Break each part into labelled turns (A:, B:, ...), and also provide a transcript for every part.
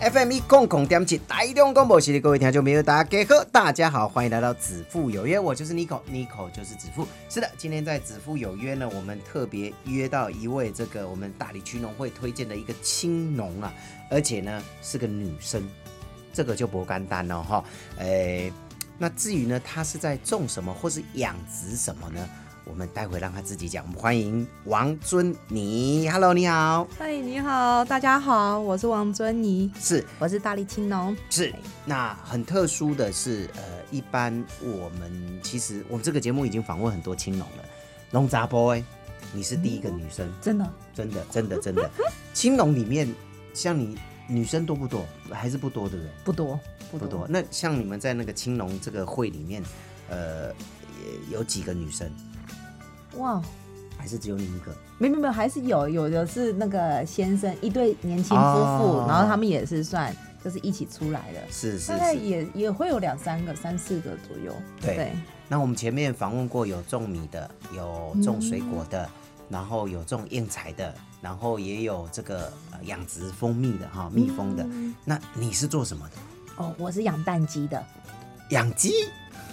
A: FM 一共共点起台中广播系列各位听众朋友，大家好，大家好，欢迎来到子父有约，我就是 Nico，Nico 就是子父。是的，今天在子父有约呢，我们特别约到一位这个我们大理区农会推荐的一个青农啊，而且呢是个女生，这个就不干单了哈。诶，那至于呢，她是在种什么或是养殖什么呢？我们待会让她自己讲。我们欢迎王尊妮，Hello，你好，
B: 嗨，你好，大家好，我是王尊妮，
A: 是。
B: 我是大力青农。
A: 是，那很特殊的是，呃，一般我们其实我们这个节目已经访问很多青龙了，龙杂 boy，你是第一个女生，
B: 真的，
A: 真的，真的，真的，青龙里面像你女生多不多？还是不多，对不对？
B: 不多，
A: 不多。那像你们在那个青龙这个会里面，呃，也有几个女生，
B: 哇，
A: 还是只有你一个？
B: 没没没有，还是有有的是那个先生一对年轻夫妇，
A: 哦
B: 然后他们也是算就是一起出来的，
A: 是是
B: 大概
A: 是。
B: 也也会有两三个、三四个左右。
A: 对那我们前面访问过有种米的，有种水果的，然后有种燕采的，然后也有这个呃养殖蜂蜜的哈，蜜蜂的。那你是做什么的？
B: 哦，我是养蛋鸡的，
A: 养鸡，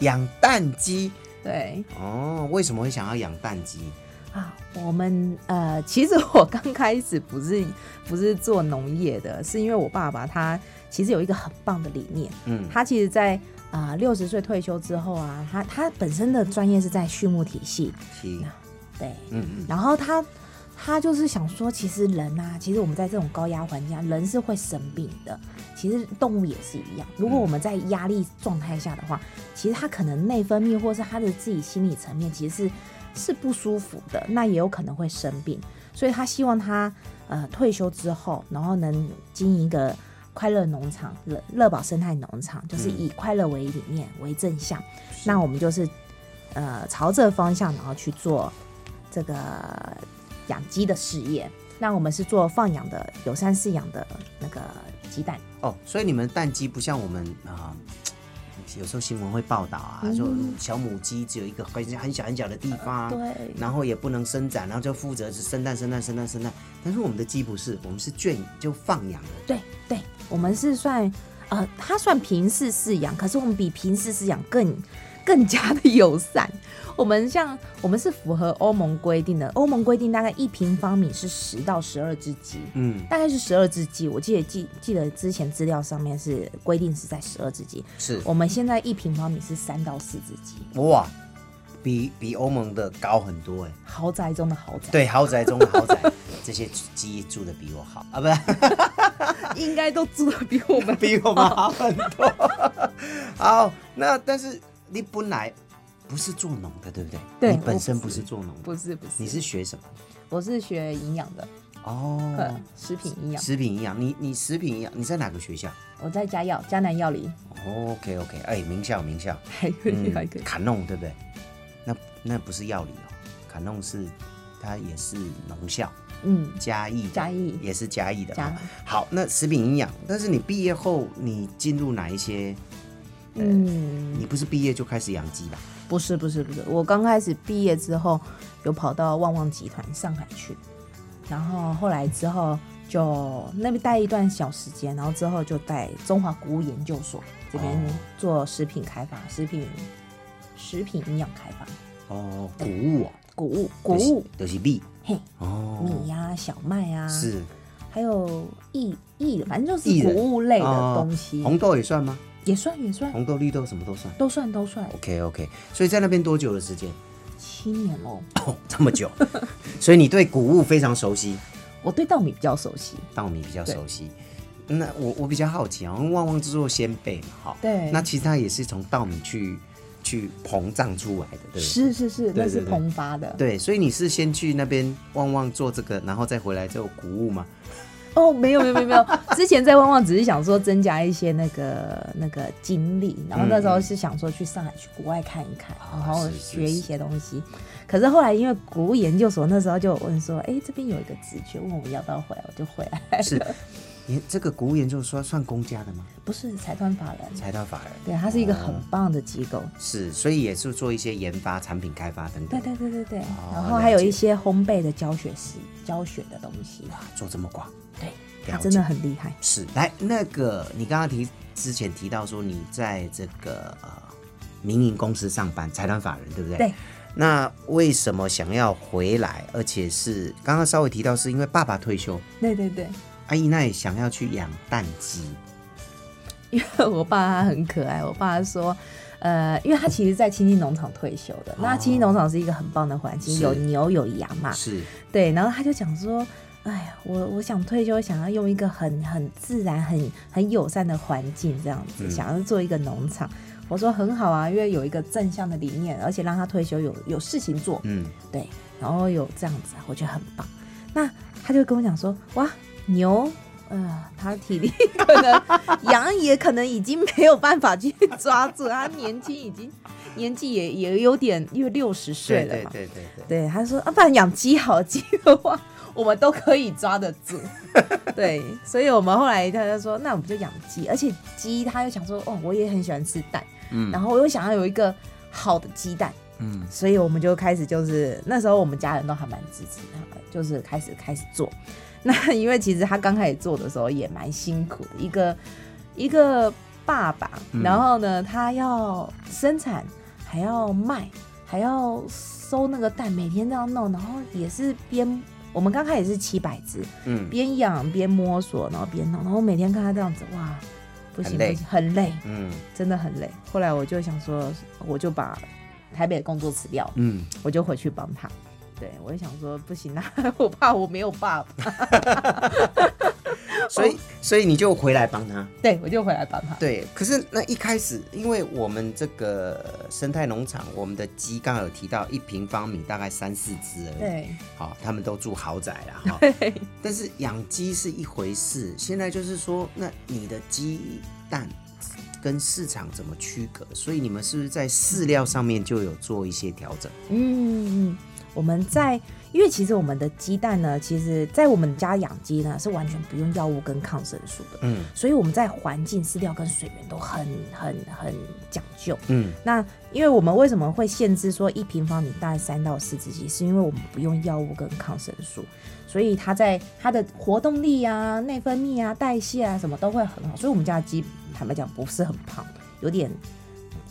A: 养蛋鸡。
B: 对
A: 哦，为什么会想要养蛋鸡？
B: 啊，我们呃，其实我刚开始不是不是做农业的，是因为我爸爸他其实有一个很棒的理念，
A: 嗯，
B: 他其实在，啊六十岁退休之后啊，他他本身的专业是在畜牧体系，
A: 鸡，
B: 对，
A: 嗯嗯，
B: 然后他他就是想说，其实人啊，其实我们在这种高压环境下，人是会生病的，其实动物也是一样。如果我们在压力状态下的话，其实他可能内分泌或是他的自己心理层面其实是是不舒服的，那也有可能会生病。所以他希望他呃退休之后，然后能经营一个快乐农场、乐乐宝生态农场，就是以快乐为理念为正向。那我们就是呃朝这方向，然后去做这个养鸡的事业。那我们是做放养的、友善饲养的那个鸡蛋。
A: 哦，所以你们蛋鸡不像我们啊。有时候新闻会报道啊，说小母鸡只有一个很很小很小的地方，
B: 对
A: 然后也不能生长，然后就负责是生蛋、生蛋、生蛋、生蛋。但是我们的鸡不是，我们是圈就放养的。
B: 对对，我们是算呃，它算平式饲养，可是我们比平式饲养更更加的友善。我们像我们是符合欧盟规定的，欧盟规定大概一平方米是十到十二只鸡。
A: 嗯，
B: 大概是十二只鸡，我记得记记得之前资料上面是规定是在十二只鸡，
A: 是
B: 我们现在一平方米是三到四只鸡，
A: 哇，比比欧盟的高很多哎。
B: 豪宅中的豪宅，，
A: 对，豪宅中的豪 宅，这些鸡住的比我好啊，不 是。
B: 应该都住的 比我们
A: 比我们好很多。 好，那但是你本来不是做农的，对不对？
B: 对
A: 你本身
B: 我
A: 不
B: 不是
A: 是做农的，
B: 不是不是，
A: 你是学什么？
B: 我是学营养的，
A: 哦
B: 呃，，食品营养，
A: 食品营养。你你食品营养，你在哪个学校
B: 我在家药迦南药理，
A: ？OK OK，哎，名校名校，
B: 还可以还可以，
A: 嗯卡弄对不对？那那不是药理哦，卡弄是它也是农校，
B: 嗯，
A: 嘉义的
B: 嘉义
A: 也是嘉义的
B: 嘉
A: 嘛。好，那食品营养，但是你毕业后你进入哪一些？
B: 嗯，
A: 你不是毕业就开始养鸡吧？
B: 不是不是不是，我刚开始毕业之后有跑到旺旺集团上海去，然后后来之后就那边待一段小时间，然后之后就在中华谷物研究所这边
A: 哦
B: 做食品开发、食品食品营养开发、
A: 哦，谷物哦，
B: 谷物谷
A: 就是
B: 物，
A: 就是米
B: 嘿，
A: 哦，
B: 米呀、小麦啊，
A: 是
B: 还有薏薏，反正就
A: 薏
B: 是
A: 仁
B: 谷物类
A: 哦
B: 的东西，
A: 红豆也算吗？
B: 也算也算，
A: 红豆、绿豆什么都算。
B: 都算都算，
A: OK OK，所以在那边多久的时间？
B: 七年喽。
A: 哦，这么 久，所以你对谷物非常熟悉，
B: 我对稻米比较熟悉，
A: 稻米比较熟悉。那我我比较好奇啊，因为旺旺制作先辈嘛，哈，
B: 对
A: 那其实它也是从稻米去去膨胀出来的，对不对？
B: 是是是，
A: 对
B: 那是
A: 对对
B: 膨发的。
A: 对，所以你是先去那边旺旺做这个，然后再回来做谷物吗？
B: 哦，没有没有没有没有， 之前在旺旺只是想说增加一些那个那个经历，然后那时候是想说去上海去国外看一看，然后
A: 哦是是
B: 学一些东西。可是后来因为谷物研究所那时候就有问说，哎，这边有一个职缺，问我要不要回来，我就回来，
A: 是，你这个国务研究所算公家的吗？
B: 不是财团法人。
A: 财团法人
B: 对，它是一个
A: 哦
B: 很棒的机构。
A: 是，所以也是做一些研发、产品开发等
B: 对
A: 等。
B: 对对对对，然
A: 哦了
B: 后还有
A: 解
B: 一些烘焙的教学师教学的东西，
A: 做这么广，
B: 对，
A: 了
B: 它
A: 解
B: 真的很厉害。
A: 是来那个你刚刚提之前提到说你在这个呃民营公司上班，财团法人对不对？
B: 对。
A: 那为什么想要回来？而且是刚刚稍微提到，是因为爸爸退休，
B: 对对对，
A: 阿姨那也想要去养蛋鸡，
B: 因为 我爸他很可爱，我爸说，呃，因为他其实在亲近农场退休的，那亲近农场是一个很棒的环境，
A: 哦是
B: 有牛有羊嘛，
A: 是
B: 对，然后他就讲说。哎呀，我我想退休，想要用一个很很自然、很很友善的环境，这样子，
A: 嗯
B: 想要做一个农场。我说很好啊，因为有一个正向的理念，而且让他退休有有事情做，
A: 嗯，
B: 对，然后有这样子，啊我觉得很棒。那他就跟我讲说，哇，牛，呃，他体力可能， 羊也可能已经没有办法去抓住，他年轻已经年纪也也有点，因为六十
A: 对
B: 岁了
A: 对
B: 嘛。
A: 对对对，
B: 对，他说啊，不然养鸡好，鸡的话我们都可以抓得住。对，所以我们后来他就说，那我们就养鸡，而且鸡他又想说，哦，我也很喜欢吃蛋，
A: 嗯
B: 然后我又想要有一个好的鸡蛋，
A: 嗯
B: 所以我们就开始就是那时候我们家人都还蛮支持他的，就是开始开始做。 那因为其实他刚开始做的时候也蛮辛苦的，一个一个爸爸，
A: 嗯
B: 然后呢他要生产，还要卖，还要收那个蛋，每天这样弄，然后也是边我们刚开始是七百只，
A: 嗯
B: 边养边摸索，然后边弄，然后每天看他这样子，哇，不
A: 很
B: 行不
A: 累
B: 行，很累，
A: 嗯
B: 真的很累。后来我就想说，我就把台北的工作辞掉，
A: 嗯，
B: 我就回去帮他。对，我就想说不行啊， 我怕我没有爸爸，
A: 所以所以你就回来帮他。
B: 对我就回来帮他。
A: 对，可是那一开始，因为我们这个生态农场，我们的鸡刚刚有提到一平方米大概三四只而已。，
B: 对
A: 好、他们都住豪宅啦哈、
B: 对
A: 但是养鸡是一回事，现在就是说，那你的鸡蛋跟市场怎么区隔？所以你们是不是在饲料上面就有做一些调整？
B: 嗯，嗯我们在，因为其实我们的鸡蛋呢，其实在我们家养鸡呢是完全不用药物跟抗生素的，
A: 嗯
B: 所以我们在环境、饲料跟水源都很很很讲究。
A: 嗯，
B: 那因为我们为什么会限制说一平方米大概三到四只鸡，是因为我们不用药物跟抗生素，所以它在它的活动力啊、内分泌啊、代谢啊什么都会很好，所以我们家的鸡坦白讲不是很胖，有点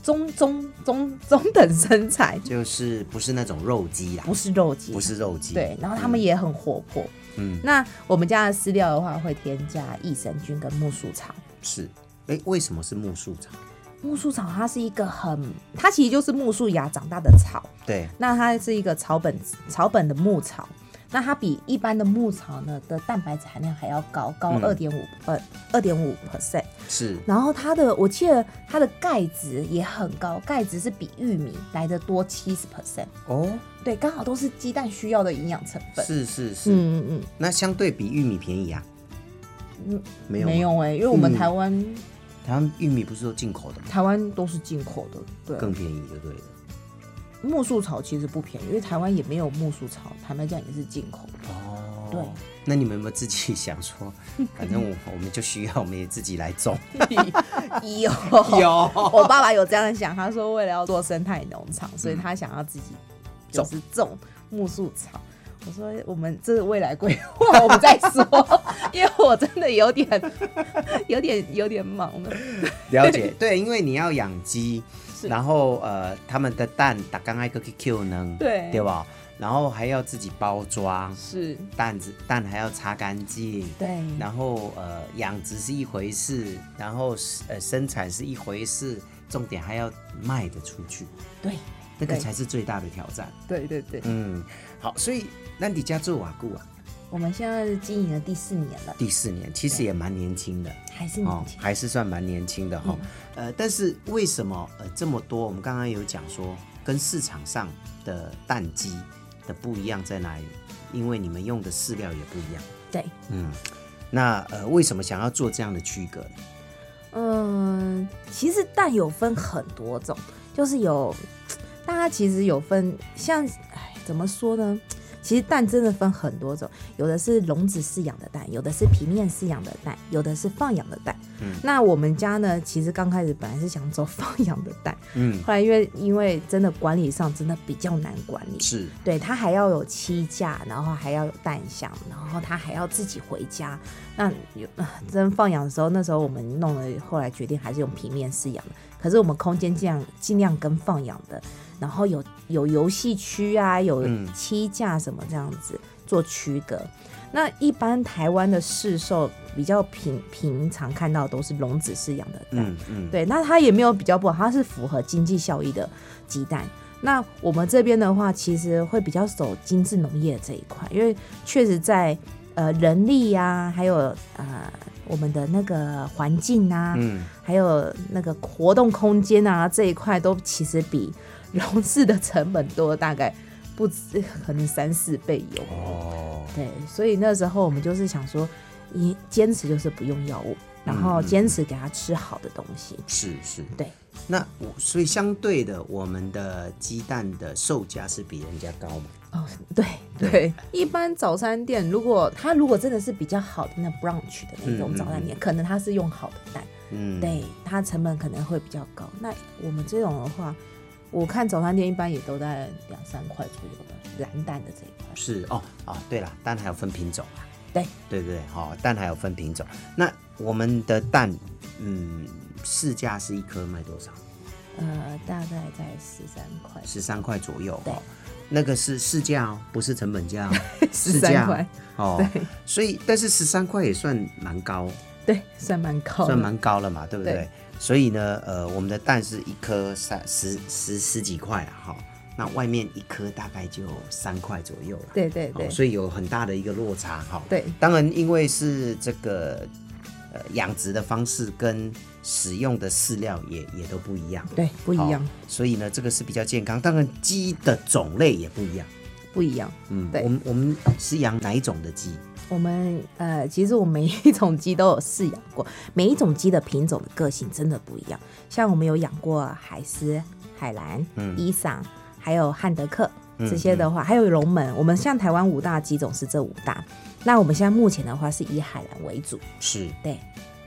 B: 中中中中等身材，
A: 就是不是那种肉鸡啦，
B: 不是肉鸡，
A: 不是肉鸡。
B: 对，然后它们也很活泼。
A: 嗯
B: 那我们家的饲料的话，会添加益生菌跟木薯草。
A: 是，哎，为什么是木树草？
B: 木薯草它是一个很，它其实就是木树芽长大的草，
A: 对，
B: 那它是一个草本草本的牧草，那它比一般的牧草呢的蛋白质含量还要高，高
A: 嗯
B: 二点五呃二点五 percent。
A: 是
B: 然后它的我记得它的钙质也很高，钙质是比玉米来的多七十 percent。
A: 哦，
B: 对，刚好都是鸡蛋需要的营养成分。
A: 是是是。
B: 嗯嗯嗯。
A: 那相对比玉米便宜啊？
B: 嗯，
A: 没有吗
B: 没有哎、因为我
A: 嗯
B: 们台湾、
A: 台湾玉米不是都进口的吗？
B: 台湾都是进口的，
A: 更
B: 对，
A: 便宜就对了。
B: 木薯草其实不便宜，因为台湾也没有木薯草，坦白讲也是进口的。
A: 哦
B: 对，
A: 那你们有没有自己想说， 反正我我们就需要，我们也自己来种？
B: 有，
A: 有，
B: 我爸爸有这样想，他说为了要做生态农场，
A: 嗯
B: 所以他想要自己就是种木薯草。我说哎我们这是未来规划，我们再说， 因为我真的有点、有点、有点忙了。
A: 了解。对，因为你要养鸡，然后呃，他们的蛋打刚挨个 Q 能，
B: 对
A: 对吧？然后还要自己包装
B: 是，
A: 蛋子，蛋还要擦干净。
B: 对，
A: 然后呃，养殖是一回事，然后呃，生产是一回事，重点还要卖得出去，
B: 对，
A: 那个
B: 对
A: 才是最大的挑战。
B: 对对对。
A: 嗯，好，所以那你家做瓦固啊，
B: 我们现在经营了第四年了，
A: 第四年其实也蛮年轻的
B: 还是
A: 哦
B: 年轻，。
A: 还是算蛮年轻的哈、
B: 嗯
A: 呃，但是为什么呃这么多？我们刚刚有讲说，跟市场上的蛋鸡的不一样在哪里？因为你们用的饲料也不一样。
B: 对，
A: 嗯，那呃，为什么想要做这样的区隔呢？
B: 嗯，其实蛋有分很多种，就是有大家其实有分，像哎怎么说呢？其实蛋真的分很多种，有的是笼子饲养的蛋，有的是平面饲养的蛋，有的是放养的蛋。
A: 嗯
B: 那我们家呢，其实刚开始本来是想走放养的蛋，
A: 嗯，
B: 后来因为因为真的管理上真的比较难管理，
A: 是
B: 对，它还要有七架，然后还要有蛋箱，然后它还要自己回家。那有 啊真放养的时候，那时候我们弄了，后来决定还是用平面饲养的。可是我们空间尽量尽量跟放养的，然后有有游戏区啊，有
A: 嗯
B: 七架什么这样子做区隔。那一般台湾的市售比较平平常看到都是笼子饲养的蛋，
A: 嗯嗯，
B: 对，那它也没有比较不好，它是符合经济效益的鸡蛋。那我们这边的话，其实会比较走精致农业这一块，因为确实在呃人力呀、还有呃我们的那个环境啊，
A: 嗯
B: 还有那个活动空间啊这一块，都其实比 笼式的成本多，大概不止 可能三四倍有。
A: 哦，
B: 对，所以那时候我们就是想说，一坚持就是不用药物，然
A: 嗯
B: 后
A: 嗯
B: 坚持给它吃好的东西。
A: 是是，
B: 对。
A: 那我所以相对的，我们的鸡蛋的售价是比人家高嘛？
B: 哦，对对，一般早餐店如果它如果真的是比较好的那 brunch 的那
A: 嗯嗯
B: 种早餐店，可能它是用好的蛋，
A: 嗯，
B: 对，它成本可能会比较高。那我们这种的话，我看早餐店一般也都在两三块左右吧，蓝蛋的这一块。
A: 是哦哦，对了，蛋还有分品种啊。
B: 对
A: 对对对，好、蛋还有分品种。那我们的蛋，嗯，市价是一颗卖多少？
B: 呃，大概在十三块，
A: 十三块左右。
B: 对
A: 哦，那个是市价哦，不是成本价 哦，市
B: 13
A: 价
B: 块
A: 哦。所以，但是十三块也算蛮高，
B: 对，算蛮高的，
A: 算蛮高了嘛，对不对？
B: 哦对
A: 所以呢，呃，我们的蛋是一颗三十十十几块啊，哈、那外面一颗大概就三块左右了。
B: 对对对
A: 哦，所以有很大的一个落差哈。
B: 对
A: 当然因为是这个呃养殖的方式跟使用的饲料也也都不一样，
B: 对，
A: 不
B: 不一样，
A: 所以呢，这个是比较健康。当然鸡的种类也不一样，
B: 不一样。
A: 嗯，
B: 对
A: 我们我们是养哪一种的鸡？
B: 我们呃，其实我们每一种鸡都有饲养过，每一种鸡的品种的个性真的不一样。像我们有养过海狮、海蓝、
A: 嗯
B: 伊桑，还有汉德克
A: 嗯
B: 这些的话，还有龙门。我们像台湾五大鸡种是这五大，那我们现在目前的话是以海蓝为主，
A: 是，
B: 对。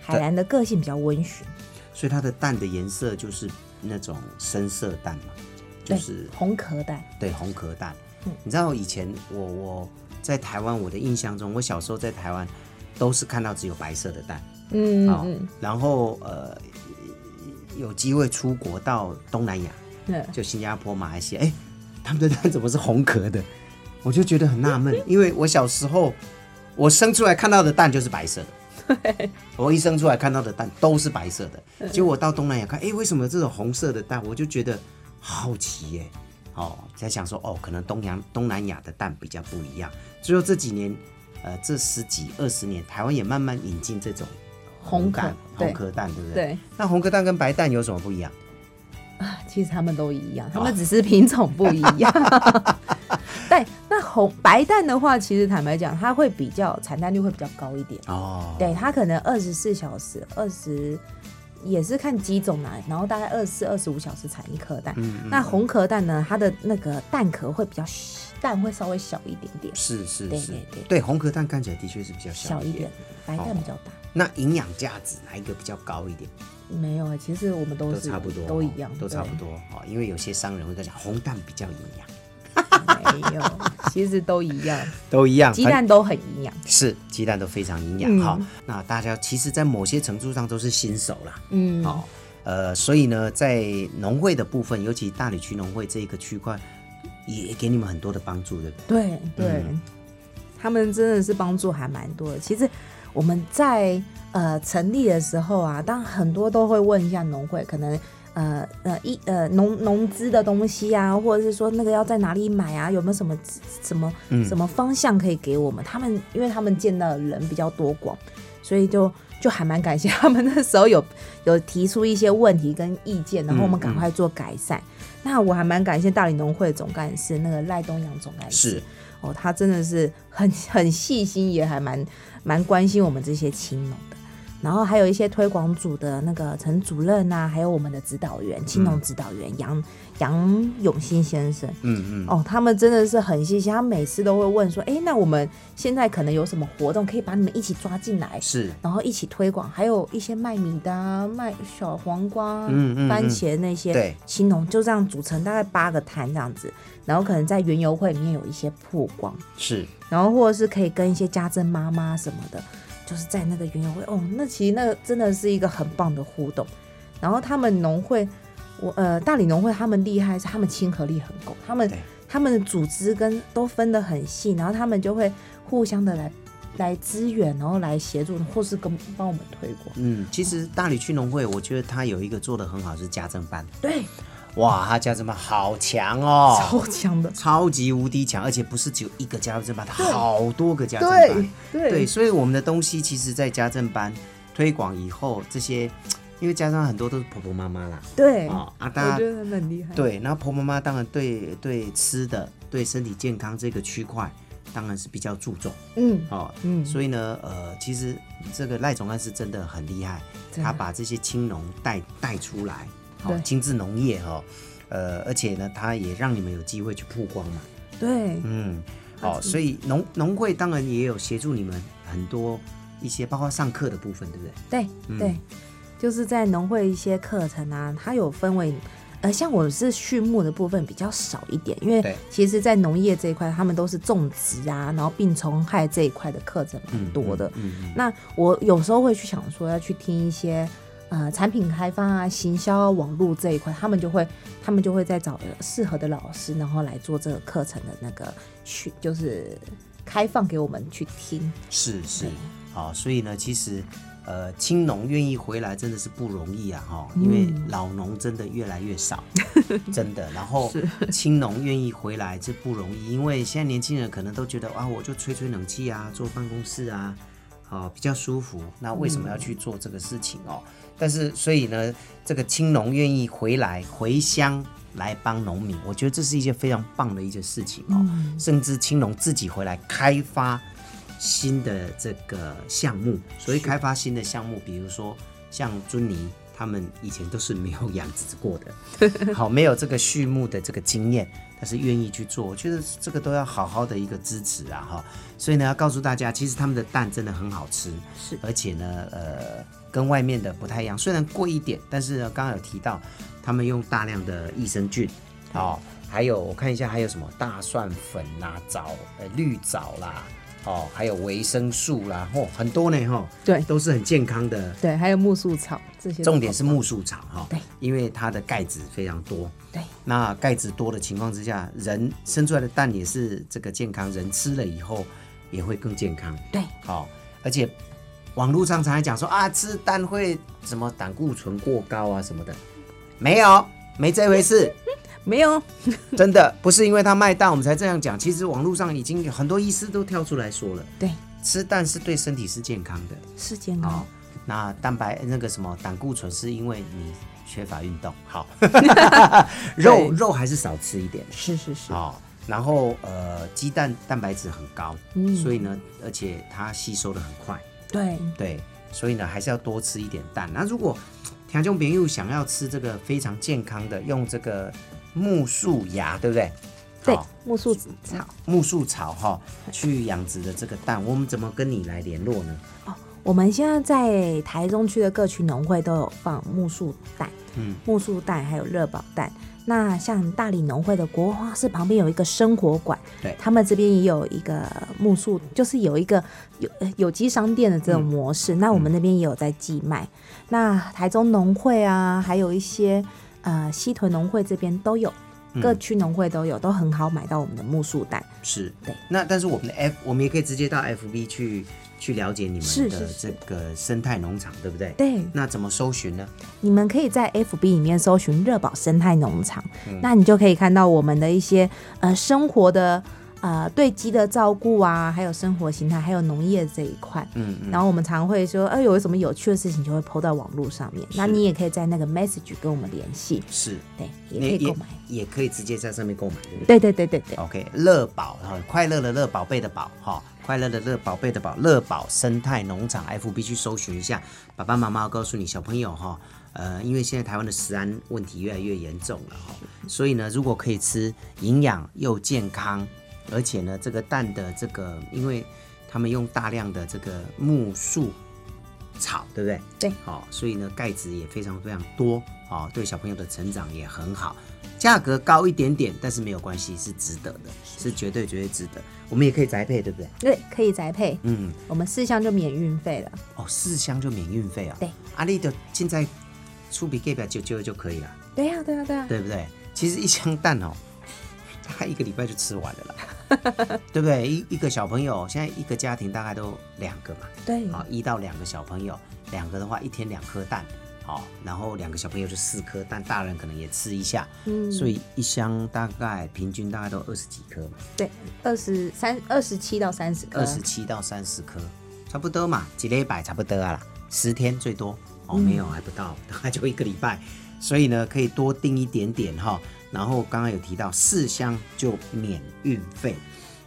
B: 海蓝的个性比较温驯，
A: 所以它的蛋的颜色就是那种深色蛋嘛，就
B: 对
A: 是
B: 红壳蛋，
A: 对红壳蛋。
B: 嗯
A: 你知道以前我我在台湾，我的印象中，我小时候在台湾都是看到只有白色的蛋。
B: 嗯
A: 啊、然后呃，有机会出国到东南 亚，
B: 嗯，
A: 就新加坡、马来西亚，哎，他们的蛋怎么是红壳的？我就觉得很纳闷， 因为我小时候我生出来看到的蛋就是白色的， 我一生出来看到的蛋都是白色
B: 嗯
A: 的，结果我到东南亚看，哎，为什么这种红色的蛋？我就觉得好奇耶、哦，在想说哦，可能东洋东南亚的蛋比较不一样。最后这几年，呃，这十几二十年，台湾也慢慢引进这种
B: 红壳
A: 蛋、
B: 对
A: 红壳蛋，对不对？
B: 对
A: 那红壳蛋跟白蛋有什么不一样？
B: 啊，其实它们都一
A: 啊
B: 样，它们只是品种不一 样。对，那红白蛋的话，其实坦白讲，它会比较产蛋率会比较高一点。
A: 哦，
B: 对，它可能二十四小时、二十也是看鸡种啦，然后大概二十四、二十五小时产一颗蛋。
A: 嗯
B: 那红壳蛋呢，它的那个蛋壳会比较小蛋会稍微小一点点，
A: 是是
B: 对
A: 是
B: 对，对
A: 红壳蛋看起来的确是比较小
B: 小一点，白蛋比较大。
A: 那营养价值哪一个比较高一点？
B: 没有啊，其实我们都
A: 哦都
B: 是
A: 差不多哦，
B: 都一样，
A: 都
B: 对
A: 差不。多哦。因为有些商人会跟你讲，红蛋比较营养，
B: 没有，其实都一样，
A: 都一样。
B: 鸡蛋都很营养。
A: 是鸡蛋都非常营养
B: 嗯
A: 哈、那大家其实，在某些程度上都是新手啦。
B: 嗯，
A: 好、呃，所以呢，在农会的部分，尤其大理区农会这一个区块，也给你们很多的帮助，对不对？
B: 对对、他们真的是帮助还蛮多的。其实我们在呃成立的时候啊，当然很多都会问一下农会，可能。呃呃一呃农农资的东西啊，或者是说那个要在哪里买啊，有没有什么什么什么方向可以给我们？他们因为他们见到的人比较多广，所以就就还蛮感谢他们那时候有 有提出一些问题跟意见，然后我们赶快做改善。那我还蛮感谢大理农会总干事那个赖东阳总干事，
A: 是
B: 候，哦他真的是很 很细心，也还蛮蛮关心我们这些青农的。然后还有一些推广组的那个陈主任啊，还有我们的指导员青农指导员、杨杨永新先生，
A: 嗯嗯嗯，
B: 哦，他们真的是很细心，他每次都会问说，哎，那我们现在可能有什么活动可以把你们一起抓进来，
A: 是，
B: 然后一起推广，还有一些卖米的、啊、卖小黄瓜啊、
A: 嗯嗯嗯
B: 番茄那些，
A: 对
B: 青农就这样组成大概八个摊这样子，然后可能在园游会里面有一些曝光，
A: 是，
B: 然后或者是可以跟一些家政妈妈什么的，就是在那个园游会哦，那其实那个真的是一个很棒的互动。然后他们农会，我呃大理农会他们厉害是他们亲和力很够，他们
A: 对
B: 他们的组织跟都分得很细，然后他们就会互相的来来支援，然后来协助，或是跟帮我们推广。
A: 嗯，其实大理区农会，我觉得他有一个做的很好是家政班，
B: 对，
A: 哇，他家政班好强哦，
B: 超强的，
A: 超级无敌强，而且不是只有一个家政班，它好多个家政班
B: 对。对
A: 所以我们的东西其实，在家政班推广以后，这些因为家政班很多都是婆婆妈妈啦，
B: 对，
A: 哦啊，大
B: 我
A: 家
B: 觉得他们很厉害。
A: 对，然后婆婆妈妈当然对对吃的、对身体健康这个区块，当然是比较注重
B: 嗯，
A: 哦。
B: 嗯
A: 所以呢，呃，其实这个赖总干事真的很厉害，
B: 真的
A: 他把这些青农带带出来，哦
B: 对，
A: 精致农业哦，呃，而且呢，他也让你们有机会去曝光嘛。
B: 对，
A: 嗯，好、所以农农会当然也有协助你们很多一些，包括上课的部分，对不对？
B: 对
A: 嗯
B: 对，就是在农会一些课程啊，它有分为，呃，像我是畜牧的部分比较少一点，因
A: 对
B: 为其实，在农业这一块，他们都是种植啊，然后病虫害这一块的课程蛮多的。
A: 嗯嗯
B: 那我有时候会去想说要去听一些。呃，产品开发啊、行销啊、网络这一块，他们就会，他们就会再找适合的老师，然后来做这个课程的那个去，就是开放给我们去听。
A: 是是
B: 对，
A: 好、所以呢，其实呃，青农愿意回来真的是不容易啊，哈、因为老农真的越来越少，真的。然后青农愿意回来这不容易，因为现在年轻人可能都觉得啊，我就吹吹冷气啊，坐办公室啊。啊、比较舒服。那为什么要去做这个事情哦？但是，所以呢，这个青农愿意回来回乡来帮农民，我觉得这是一件非常棒的一件事情哦。甚至青农自己回来开发新的这个项目，所以开发新的项目，比如说像尊尼。他们以前都是没有养殖过的，好没有这个畜牧的这个经验，但是愿意去做，我觉得这个都要好好的一个支持啊哈。所以呢，要告诉大家，其实他们的蛋真的很好吃，
B: 是
A: 而且呢，呃，跟外面的不太一样，虽然贵一点，但是呢，刚刚有提到他们用大量的益生菌，哦，还有我看一下还有什么大蒜粉啦、枣、呃绿藻啦，哦，还有维生素啦，哦，很多呢，哈、哦，
B: 对
A: 都是很健康的。
B: 对，还有木树草这些都
A: 重点是
B: 好棒
A: 木树草哈，哦
B: 对，
A: 因为它的钙质非常多，
B: 对，
A: 那钙质多的情况之下，人生出来的蛋也是这个健康，人吃了以后也会更健康。
B: 对，
A: 好、而且网络上常常讲说啊，吃蛋会什么胆固醇过高啊什么的，没有，没这回事，
B: 没有
A: 真的不是因为他卖蛋我们才这样讲。其实网络上已经有很多医师都跳出来说了，
B: 对，
A: 吃蛋是对身体是健康的。
B: 是健
A: 哦
B: 康，，
A: 那蛋白那个什么胆固醇是因为你缺乏运动， 好，肉肉还是少吃一点
B: 是是是，
A: 哦。然后呃，鸡蛋蛋白质很高，
B: 嗯
A: 所以呢，而且它吸收的很快，
B: 对
A: 对，所以呢还是要多吃一点蛋。那如果听众朋友想要吃这个非常健康的，用这个木树芽，对不对？
B: 对
A: 好，
B: 木树草。
A: 木树草哈、去养殖的这个蛋，我们怎么跟你来联络呢？
B: 我们现在在台中区的各区农会都有放木树蛋，
A: 嗯，
B: 木树蛋还有热宝蛋。那像大理农会的国花市旁边有一个生活馆，
A: 对
B: 他们这边也有一个木树，就是有一个有呃有机商店的这种模式。
A: 嗯
B: 那我们那边也有在寄卖。那台中农会啊，还有一些呃西屯农会这边都有，
A: 嗯
B: 各区农会都有，都很好买到我们的木树蛋。
A: 是，
B: 对。
A: 那但是我们的 F，我们也可以直接到 FB 去去了解你们
B: 是
A: 的
B: 是是
A: 这个生态农场，对不对？。
B: 对，
A: 那怎么搜寻呢？
B: 你们可以在 FB 里面搜
A: 嗯
B: 寻“热宝生态农场”，那你就可以看到我们的一些呃生活的呃对鸡的照顾啊，还有生活形态，还有农业这一块。
A: 嗯嗯，
B: 然后我们常会说，哎、有什么有趣的事情就会 PO 到网络上面。那你也可以在那个 message 跟我们联系，
A: 是，
B: 对，也可
A: 你
B: 以
A: 也
B: 购买。
A: 也可以直接在上面购买，对不对？
B: 对对对对对，
A: OK，乐宝哈，快乐的乐，宝贝的宝哈，快乐的乐，宝贝的宝，乐宝生态农场 FB 去搜寻一下，爸爸妈妈要告诉你小朋友哈，呃，因为现在台湾的食安问题越来越严重了哈，所以呢，如果可以吃营养又健康，而且呢，这个蛋的这个，因为他们用大量的这个木树草，对不对？
B: 对
A: 好、所以呢，钙质也非常非常多，哦，对小朋友的成长也很好。价格高一点点，但是没有关系，是值得的，是绝对绝对值得。我们也可以宅配，对不对？
B: 对，可以宅配，
A: 嗯，
B: 我们四项就免运费了。
A: 哦，四箱就免运费啊。
B: 对，
A: 阿丽的现在出比 g a 表九九就可以了，
B: 对呀、对呀、啊对呀、
A: 对不对？其实一箱蛋哦，大概一个礼拜就吃完了啦， 对不对？一一个小朋友现在一个家庭大概都两个嘛，
B: 对，
A: 啊，一到两个小朋友，两个的话一天两颗蛋，好、然后两个小朋友就四颗蛋，大人可能也吃一下，
B: 嗯
A: 所以一箱大概平均大概都二十几颗嘛，
B: 对，二十三、二十七到三十颗，
A: 二十七到三十颗，差不多嘛，几礼拜差不多啊啦，十天最多哦，没
B: 嗯
A: 有还不到， 大概就一个礼拜，所以呢可以多订一点点哈、然后刚刚有提到四箱就免运费，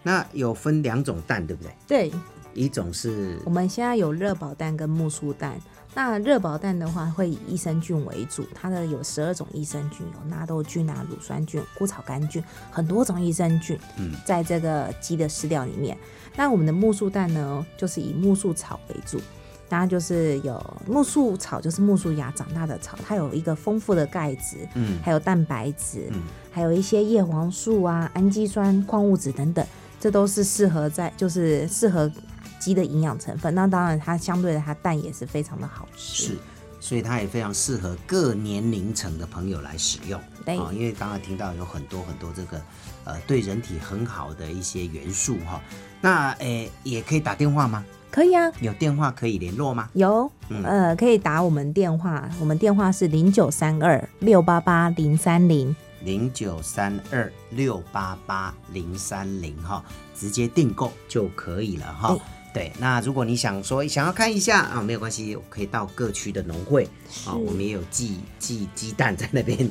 A: 那有分两种蛋对不对？
B: 对，
A: 一种是
B: 我们现在有热宝蛋跟木梳蛋。那热宝蛋的话，会以益生菌为主，它的有十二种益生菌，有纳豆菌啊、乳酸菌、枯草杆菌，很多种益生菌。
A: 嗯，
B: 在这个鸡的饲料里面，那我们的木梳蛋呢，就是以木梳草为主。然后就是有木梳草，就是木梳芽长大的草，它有一个丰富的钙质，
A: 嗯
B: 还有蛋白质，
A: 嗯
B: 还有一些叶黄素啊、氨基酸、矿物质等等，这都是适合在就是适合鸡的营养成分。那当然，它相对的它蛋也是非常的好吃。
A: 是，所以它也非常适合各年龄层的朋友来使用。
B: 对
A: 啊因为刚刚听到有很多很多这个呃对人体很好的一些元素哈、那诶也可以打电话吗？
B: 可以啊，
A: 有电话可以联络吗？
B: 有、
A: 嗯
B: 呃可以打我们电话，我们电话是零九三二六八八零三零。
A: 零九三二六八八零三零哈，直接订购就可以了哈。对，那如果你想说想要看一下啊，没有关系，可以到各区的农会啊，我们也有寄寄鸡蛋在那 边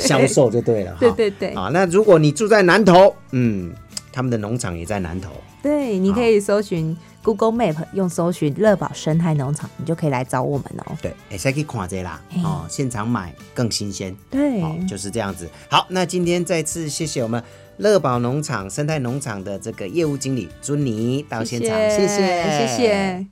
A: 销售就对了哈。
B: 对对对
A: 啊，那如果你住在南投，嗯，他们的农场也在南投。
B: 对，你可以搜寻 Google Map，用搜寻乐宝生态农场，你就可以来找我们哦。
A: 对，哎，再去看这啦
B: 嘿，
A: 哦，现场买更新鲜。
B: 对，
A: 好、就是这样子。好，那今天再次谢谢我们乐宝农场生态农场的这个业务经理朱妮到现场，
B: 谢
A: 谢，
B: 谢谢。